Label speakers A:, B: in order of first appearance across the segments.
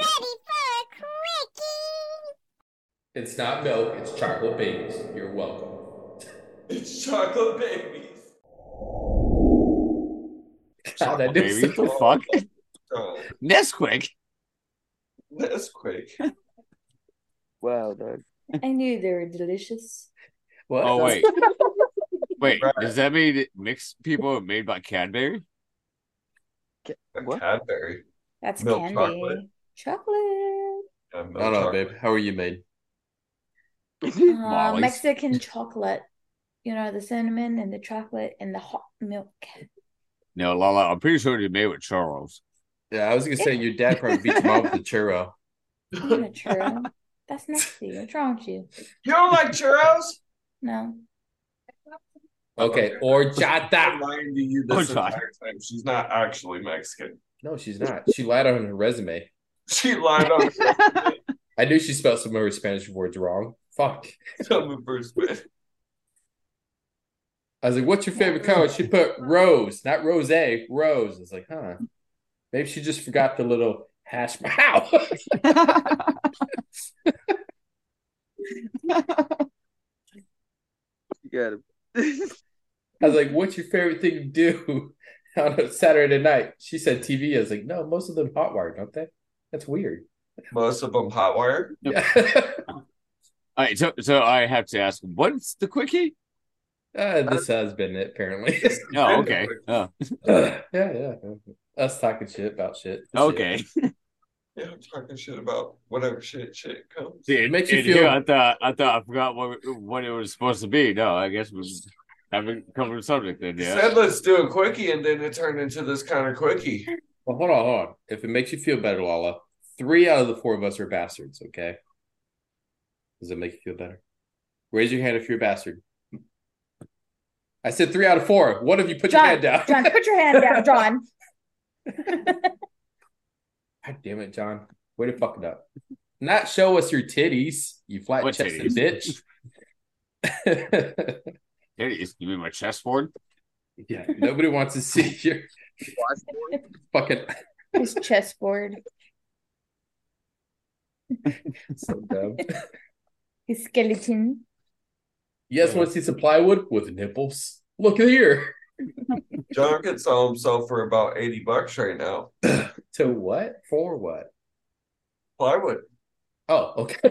A: ready for a quickie.
B: It's not milk, it's chocolate babies. You're welcome.
C: It's chocolate babies.
B: That
D: Chocolate
B: is
D: baby.
B: so-
D: the fuck?
C: So
D: Nesquik.
C: that's quick.
D: Wow, dog.
E: I knew they were delicious.
B: What?
D: Oh wait. Wait,
C: Right.
D: does that mean that mixed people are made by Cadbury?
C: A
D: What?
C: Cadbury.
E: That's
C: Milk
E: candy.
C: chocolate.
E: Chocolate.
C: Yeah, milk
B: I don't know,
C: chocolate.
B: babe. How are you made?
E: Uh,
D: Molly's.
E: Um, Mexican chocolate. You know, the cinnamon and the chocolate and the hot milk.
D: No, Lala, I'm pretty sure they're made with churros.
B: Yeah, I was gonna say your dad probably beat your mom with a churro.
E: You know, churro. That's nasty. What's wrong with you?
C: You don't like churros?
E: No.
B: Okay, or
C: I'm
B: Jata.
C: lying to you this
D: Oh, God.
C: entire time. She's not actually Mexican.
B: No, she's not. She lied on her resume.
C: She lied on
B: I knew she spelled some of her Spanish words wrong. Fuck.
C: some of her spit.
B: I was like, "What's your favorite color?" She put rose, not rose, rose. I was like, "Huh? Maybe she just forgot the little hash." Wow.
F: You got him.
B: I was like, "What's your favorite thing to do on a Saturday night?" She said TV. I was like, "No, most of them hotwire, don't they? That's weird."
C: Most of them hot wire.
D: Yep.
B: Yeah.
D: All right, so so I have to ask, what's the quickie?
B: Uh, this has been it, apparently.
D: Oh, okay. Oh,
B: yeah, yeah. Us talking shit about shit. That's it.
D: okay.
C: Yeah, I'm talking shit about whatever shit shit comes.
D: See,
B: It makes you
D: and
B: feel-
D: here I thought I thought I forgot what what it was supposed to be. No, I guess we haven't covered the subject then.
C: You
D: Yeah.
C: said let's do a quickie, and then it turned into this kind of quickie.
B: Well, hold on, hold on. If it makes you feel better, Lala, three out of the four of us are bastards. Okay. Does it make you feel better? Raise your hand if you're a bastard. I said three out of four. One of you put your
E: John,
B: hand down.
E: John, put your hand down, John.
B: God damn it, John. Way to fuck it up. Not show us your titties, you flat
D: What
B: chested bitch.
D: There it is. You mean my chessboard?
B: yeah, nobody wants to see your fucking
E: His chessboard,
B: so dumb.
E: his skeleton.
B: You guys want to see some plywood with nipples? Look here.
C: John could sell himself for about eighty bucks right now.
B: To what? For what?
C: Plywood.
B: Oh, okay.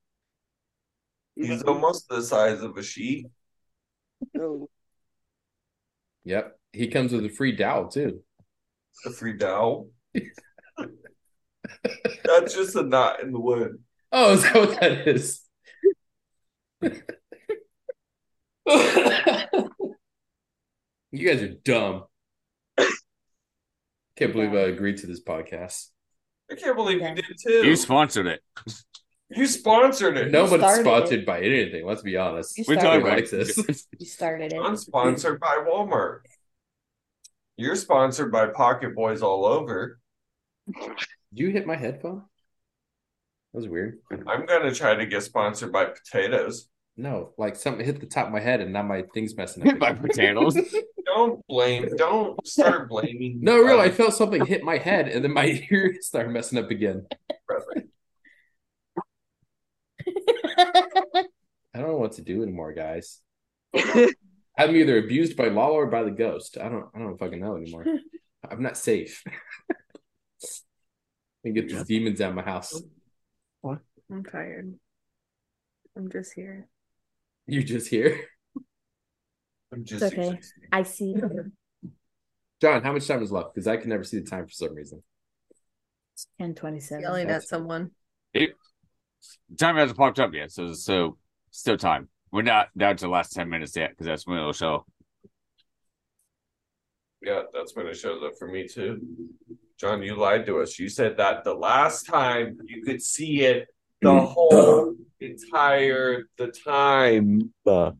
C: He's almost the size of a sheep.
F: No,
B: yep. He comes with a free dowel too.
C: The free dowel. That's just a knot in the wood.
B: Oh, is that what that is? you guys are dumb. Can't believe I agreed to this podcast.
C: I can't believe
E: Yeah.
C: you did too.
D: You sponsored it.
C: You sponsored it.
B: Nobody's
E: started
B: sponsored by anything. Let's be honest.
E: You
D: We're
E: started
D: talking about
B: Nobody likes this.
E: You started it.
C: I'm sponsored by Walmart. You're sponsored by Pocket Boys all over.
B: Did you hit my headphone? That was weird.
C: I'm gonna try to get sponsored by potatoes.
B: No, like something hit the top of my head and now my thing's messing up.
D: my
B: again.
D: potatoes.
C: Don't blame. Don't start blaming.
B: No, really,
C: Um,
B: I felt something hit my head and then my ear started messing up again. I don't know what to do anymore, guys. I'm either abused by Lala or by the ghost. I don't I don't fucking know anymore. I'm not safe. Let me get these demons out of my house.
G: I'm tired. I'm just here.
B: You just here.
C: I'm just
E: It's okay. I see.
B: John, how much time is left? Because I can never see the time for some reason.
E: Ten twenty-seven.
G: Yelling at
B: that's-
G: someone.
D: time hasn't popped up yet, so so still time. We're not down to the last ten minutes yet because that's when it'll show.
C: Yeah, that's when it shows up for me too. John, you lied to us. You said that the last time you could see it the whole entire the time.
D: Yeah,
B: All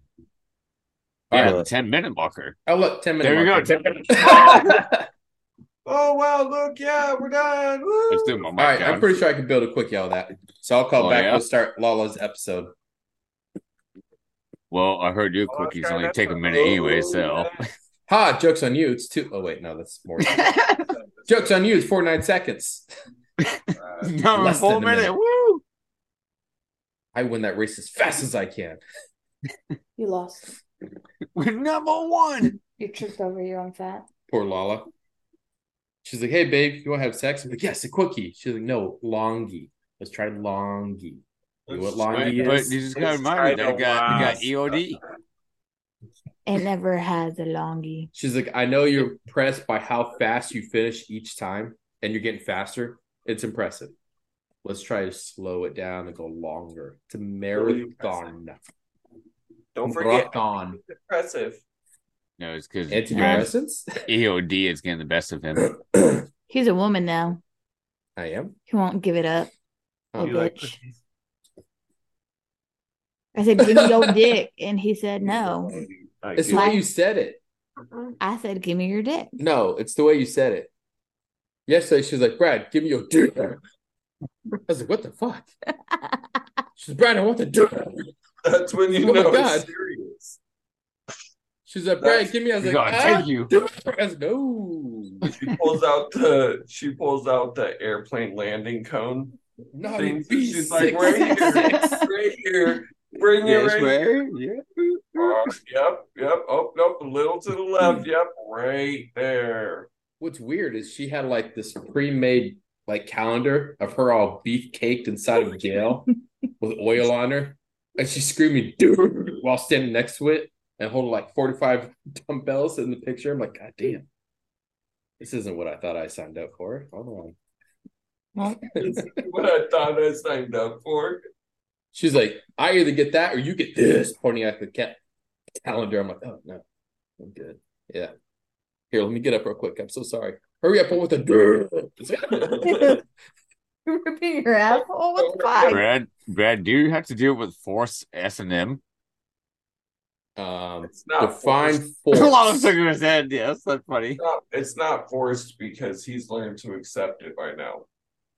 D: the ten minute marker.
B: Oh look, Oh, ten minutes.
D: There we go.
B: marker.
D: 10 minutes.
C: Oh wow! Look, yeah, we're done. Woo! Oh,
D: Let's do my
B: All right, I'm pretty sure I can build a quick yell of that. So I'll call
D: Oh,
B: back.
D: yeah?
B: We'll start Lala's episode.
D: Well, I heard your
C: Oh,
D: cookies
C: okay,
D: only
C: that's
D: take a
C: fine.
D: minute anyway,
C: Oh,
D: so
C: yeah.
B: Ha! Jokes on you. It's two oh wait, no, that's more. jokes on you. It's forty nine seconds.
C: Uh,
D: no, a
B: Less
D: full
B: than a
D: minute.
B: minute.
D: Woo!
B: I win that race as fast as I can.
E: You lost.
D: We're number one.
E: You tripped over your own fat.
B: Poor Lala. She's like, hey, babe, you want to have sex? I'm like, yes, a quickie. She's like, no, longy. Let's try longy. You know what
D: But,
B: longy
D: but
B: is?
D: you just got to
C: It's
D: remind me that
C: title
D: we got, E-
C: last.
D: we got EOD.
E: It never has a longie.
B: She's like, I know you're impressed by how fast you finish each time and you're getting faster. It's impressive. Let's try to slow it down and go longer. It's a marathon.
C: Don't forget
B: Marathon.
C: impressive.
D: No, it's because
B: Antidepressants?
D: EOD E is getting the best of him.
B: I
E: He's a woman now.
B: am.
E: He won't give it up.
B: Oh,
E: Little
C: You like
E: bitch. I said, give me your dick. And he said, no.
C: Like,
B: It's the
E: Like-
B: way you said it.
E: I said, give me your dick.
B: No, it's the way you said it. Yesterday, she was like, Brad, give me your dick. I was like, what the fuck? She's Brad, I want the dick.
C: that's when you
B: Oh my
C: know
B: God.
C: it's serious.
B: She's like, Brad,
C: That's-
B: give me. I was
D: We
B: like,
D: gotta
B: ah,
D: take you.
B: dirt. I was like, no.
C: She pulls out the she pulls out the airplane landing cone.
B: No,
C: thing.
B: you'd be
C: She's
B: sick.
C: like, right here, right here, bring it right here. Oh, yep, yep. Oh, nope. A little to the left. Yep, right there.
B: What's weird is she had like this pre-made like calendar of her all beef caked inside of jail with oil on her, and she's screaming dude while standing next to it and holding like forty-five dumbbells in the picture. I'm like, God damn, this isn't what I thought I signed up for. Hold on.
C: What I thought I signed up for.
B: she's like, I either get that or you get this, pointing at the ca- calendar. I'm like, oh no, I'm good. Yeah, here, let me get up real quick. I'm so sorry. Hurry up! I want the dirt. It's like,
E: Ripping your asshole? What the fuck?
D: Brad, Brad, do you have to deal with force S and M?
B: Um,
C: It's not forced.
B: define force.
D: Long sugar his head. Yeah, that's not funny.
C: It's not, it's not forced because he's learned to accept it by now.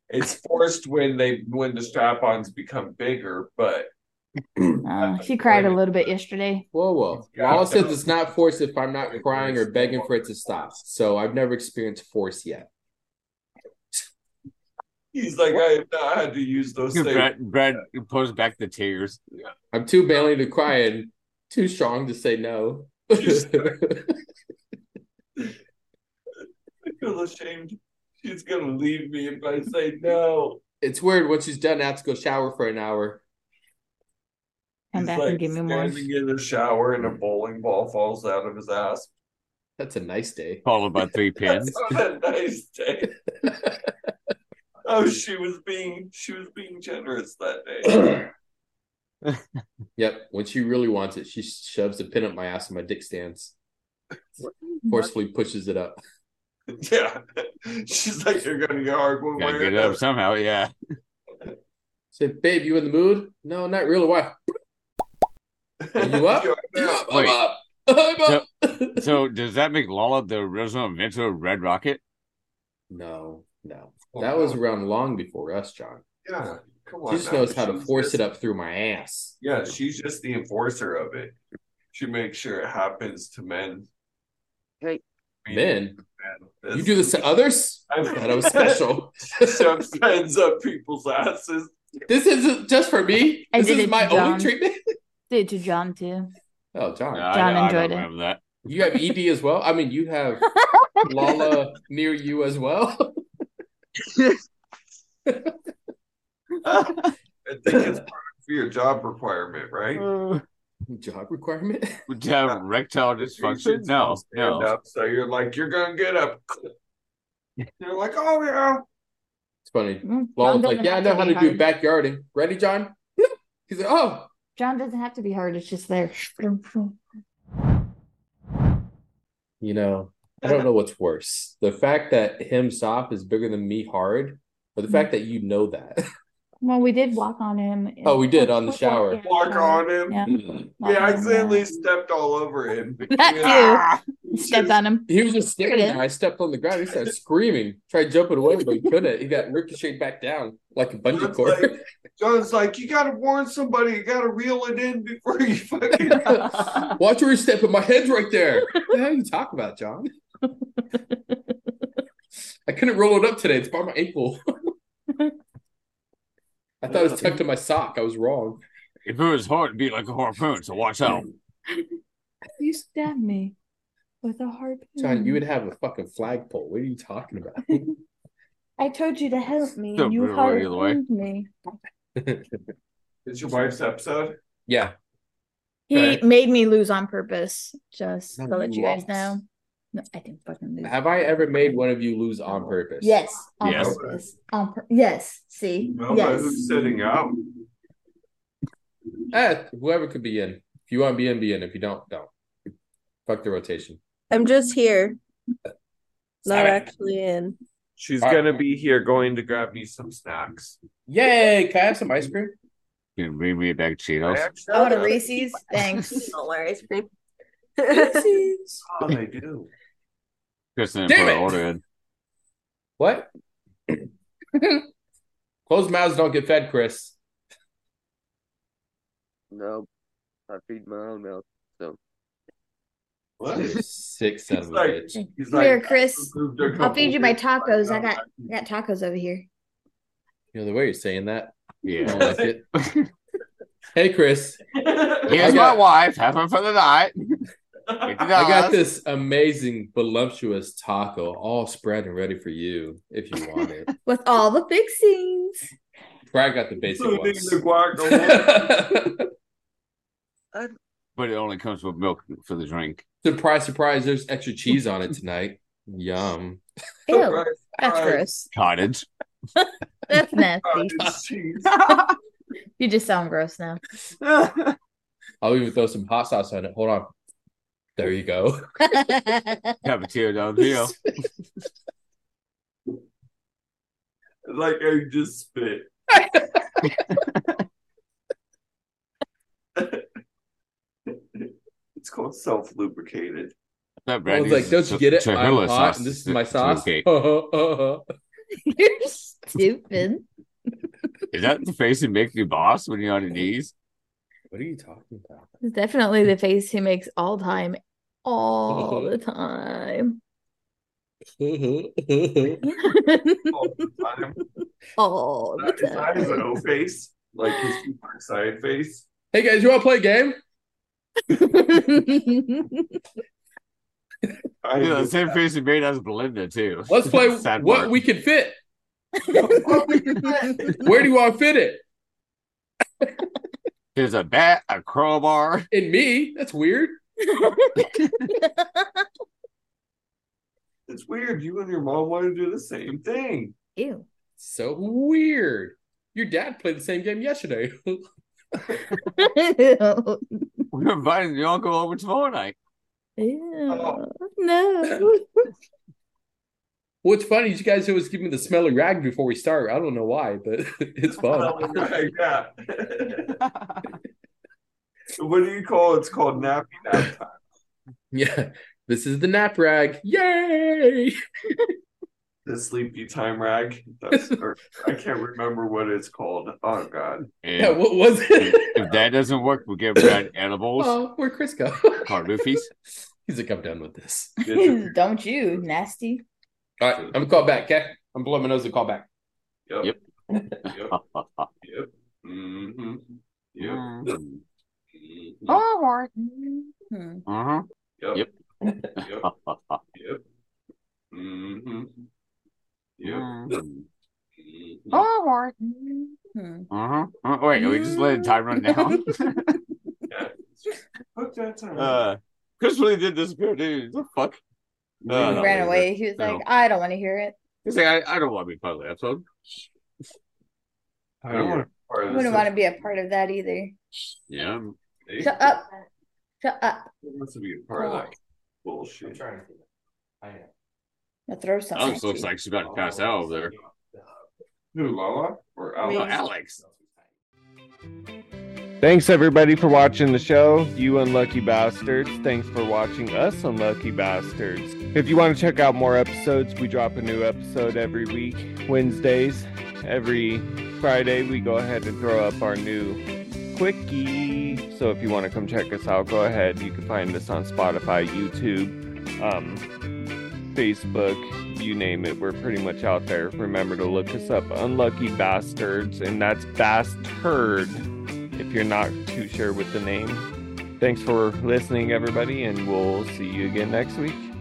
C: It's forced when they when the strap-ons become bigger, but
E: Uh, she cried a little bit yesterday.
B: Whoa, whoa.
C: Yeah.
B: Wallace says it's not force if I'm not crying or begging for it to stop. So I've never experienced force yet.
C: he's like, I have not had to use those things.
D: Brad, Brad pulls back the tears.
B: I'm too manly to cry and too strong to say no.
C: I feel ashamed. She's gonna leave me if I say no.
B: it's weird. Once she's done, I have to go shower for an hour.
E: Come
C: He's
E: back
C: like
E: and give me more.
C: Standing in the shower and a bowling ball falls out of his ass.
B: That's a nice day.
D: Followed by three pins.
C: What a nice day. oh, she was being she was being generous that day.
B: Yep. When she really wants it, she shoves the pin up my ass and my dick stands. Forcefully pushes it up.
C: yeah, she's like, you're gonna get hard one way
D: Gotta
C: or
D: get it
C: another.
D: up somehow. Yeah.
B: Say, babe, you in the mood? No, not really. Why? Are you up?
C: You are
B: I'm
C: now.
B: up. I'm up. I'm up.
D: So does that make Lala the original inventor of Red Rocket?
B: No, Oh, no. That was around long before us, John.
C: yeah. Come on,
B: She just
C: now.
B: knows how to
C: She's
B: force
C: just-
B: it up through my ass.
C: Yeah, she's just the enforcer of it. She makes sure it happens to men.
F: Hey.
B: Men,
C: Men.
B: you do this to others?
C: I
B: That I was special.
C: shoves hands up people's asses.
B: this isn't just for me.
E: I
B: This
E: did
B: is
E: it
B: my
E: to
B: only
E: John.
B: treatment.
E: Did to John too.
B: Oh, John,
D: I-
E: John
D: I,
E: enjoyed
D: don't
E: it.
D: remember that.
B: you have ED as well. I mean, you have Lala near you as well.
C: I think it's part of your job requirement, right?
E: Uh,
B: Job requirement.
D: Would you have rectile dysfunction? No,
C: Stand
D: no.
C: Up, so you're like, you're gonna get up. You're like, oh yeah.
B: It's funny.
E: Mm, John
B: Lala's
E: doesn't
B: like, yeah, I
E: have
B: know
E: to
B: how
E: be
B: to do
E: hard.
B: backyarding. Ready, John? He's like, oh,
E: John doesn't have to be hard. It's just there.
B: you know, I don't know what's worse: the fact that him soft is bigger than me hard, or the fact that you know that.
E: Well, we did walk on him. in-
B: Oh, we did on the
E: Yeah,
B: shower.
E: yeah,
C: Walk
E: shower.
C: on him.
E: Yeah.
B: Mm-hmm.
C: Yeah, I
E: walk on him,
C: accidentally stepped all over him.
E: That
C: Yeah.
E: too. Stepped on him.
B: He was just
E: There it
B: standing
E: is.
B: there. I stepped on the ground. He started screaming, tried jumping away, but he couldn't. He got ricocheted back down like a bungee
C: John's
B: cord.
C: like, John's like, you gotta warn somebody. You gotta reel it in before you fucking.
B: Watch where you step, but my head's right there. What the hell you talk about, John? I couldn't roll it up today. It's by my ankle. I thought it was tucked in my sock. I was wrong.
D: If it was hard, it'd be like a harpoon, so watch out.
E: You stabbed me with a harpoon.
B: John, you would have a fucking flagpole. What are you talking about?
E: I told you to help me,
D: Don't
E: and you
D: put it right either way.
E: harpooned me.
C: It's your wife's episode.
B: yeah.
E: He
B: Okay.
E: made me lose on purpose, just
B: No,
E: to let
B: you
E: you guys
B: lost.
E: know. No, I didn't fucking lose.
B: Have I ever made one of you lose on purpose?
E: Yes, on
D: Yes.
E: purpose. On pur- yes, see,
C: No, but who's
E: yes.
C: sitting out?
B: Eh, whoever could be in. If you want to be in, be in. If you don't, don't. Fuck the rotation.
H: I'm just here. Not
B: Sorry.
H: actually in.
C: She's
B: All right.
C: gonna be here, going to grab me some snacks.
B: Yay! Can I have some ice cream?
D: You can bring me a bag of Cheetos.
E: I want a Reese's. Thanks.
H: Don't wear ice cream.
C: Oh, they do.
D: Kristen
B: Damn
D: put
B: it!
D: an order in.
B: What? Closed mouths don't get fed, Chris.
F: No, I feed my own mouth.
C: What?
B: Sick son of a
C: like-
B: bitch.
C: He's
E: Here, Chris.
C: moved a
E: I'll feed you my
C: couple
E: tacos. I
C: things.
E: got I got tacos over here.
B: You know the way you're saying that. I don't
D: Yeah.
B: like it. hey, Chris.
D: Here's
B: I got-
D: my wife. Have her for the night. I
B: I got this amazing, voluptuous taco all spread and ready for you if you want it.
E: With all the fixings.
B: Brad got the basic
C: Including
B: ones.
C: the guacamole.
B: surprise,
D: But it only comes with milk for the drink.
B: surprise, there's extra cheese on it tonight. Yum.
E: Ew, that's
C: Surprise.
E: gross.
D: Cottage.
E: That's nasty.
C: Cottage cheese.
E: You just sound gross now.
B: I'll even throw some hot sauce on it. Hold on. There you go.
D: Cafeteria down here.
C: like I just spit. it's called self lubricated.
D: That
B: I was like, don't you get it? I'm hot, and this is my sauce.
E: You're stupid.
D: Is that the face you make your boss when you're on your knees?
B: What are you talking about?
E: It's definitely the face he makes all time. All the time.
C: All the time.
E: all
C: Not
E: the
C: his eyes
E: time.
C: O face, like his super excited face.
B: hey guys, you want to play a game?
C: I
D: Yeah, the same face you made as Belinda too.
B: Let's play
D: Sad
B: what
D: part.
B: we can fit. Where do you want to fit it?
D: There's a bat, a crowbar.
B: In me? That's weird.
C: it's weird. You and your mom want to do the same thing.
E: Ew.
B: So weird. Your dad played the same game yesterday.
E: Ew.
D: We're inviting your uncle over tomorrow night.
E: Oh. No.
B: What's funny is you guys always give me the smelly rag before we start. I don't know why, but it's fun.
C: Like that. what do you call it? It's called nappy nap time.
B: yeah. This is the nap rag. Yay!
C: The sleepy time rag. That's, or, I can't remember what it's called. Oh God.
B: Yeah,
D: And
B: what was it?
D: if that doesn't work, we give Brad edibles,
B: Oh, where'd Chris go?
D: card roofies.
B: He's like, I'm done with this.
C: Yep.
E: Don't you, nasty.
B: All right, I'm gonna call back, okay? I'm blowing my nose and call back.
C: Yep.
D: Yep.
C: Yep. Yep. Mm-hmm. Yep.
D: Mhm.
C: Mhm.
E: Mm. Oh, Mm-hmm.
D: Mhm.
C: Yep.
D: Yep.
C: Yep. Yep. Mm-hmm. Yep. Mm-hmm.
D: Mhm.
C: Mhm.
E: Mm. Oh, Mm-hmm.
D: Mhm. Oh, Wait, are we just letting time run down?
C: Yeah. Put that time.
D: uh, Chris really did disappear, dude. The fuck?
B: Uh,
C: He
E: He
D: no,
E: ran
D: no.
E: away. He was
D: No.
E: like, I don't want to hear it.
D: He's like, I, I don't want to be part of the episode.
C: I don't want to be part
E: I
C: of
E: wouldn't want to be a part of that either.
D: Yeah.
C: this.
E: Shut up. Shut up.
C: He wants to be a part of that bullshit.
B: trying to I am.
E: I'll throw something.
D: Alex
E: at
D: looks
E: you.
D: like she's about to pass out over there.
C: Who, Lala or Alex?
D: Oh, Alex.
I: Thanks everybody for watching the show, you unlucky bastards. Thanks for watching us, unlucky bastards. If you want to check out more episodes, we drop a new episode every week, Wednesdays. Every Friday, we go ahead and throw up our new quickie. So if you want to come check us out, go ahead. You can find us on Spotify, YouTube, um, Facebook,
C: you name it, we're pretty much out there. Remember to look us up, Unlucky Bastards, and that's Bastard if you're not too sure with the name. Thanks for listening, everybody, and we'll see you again next week.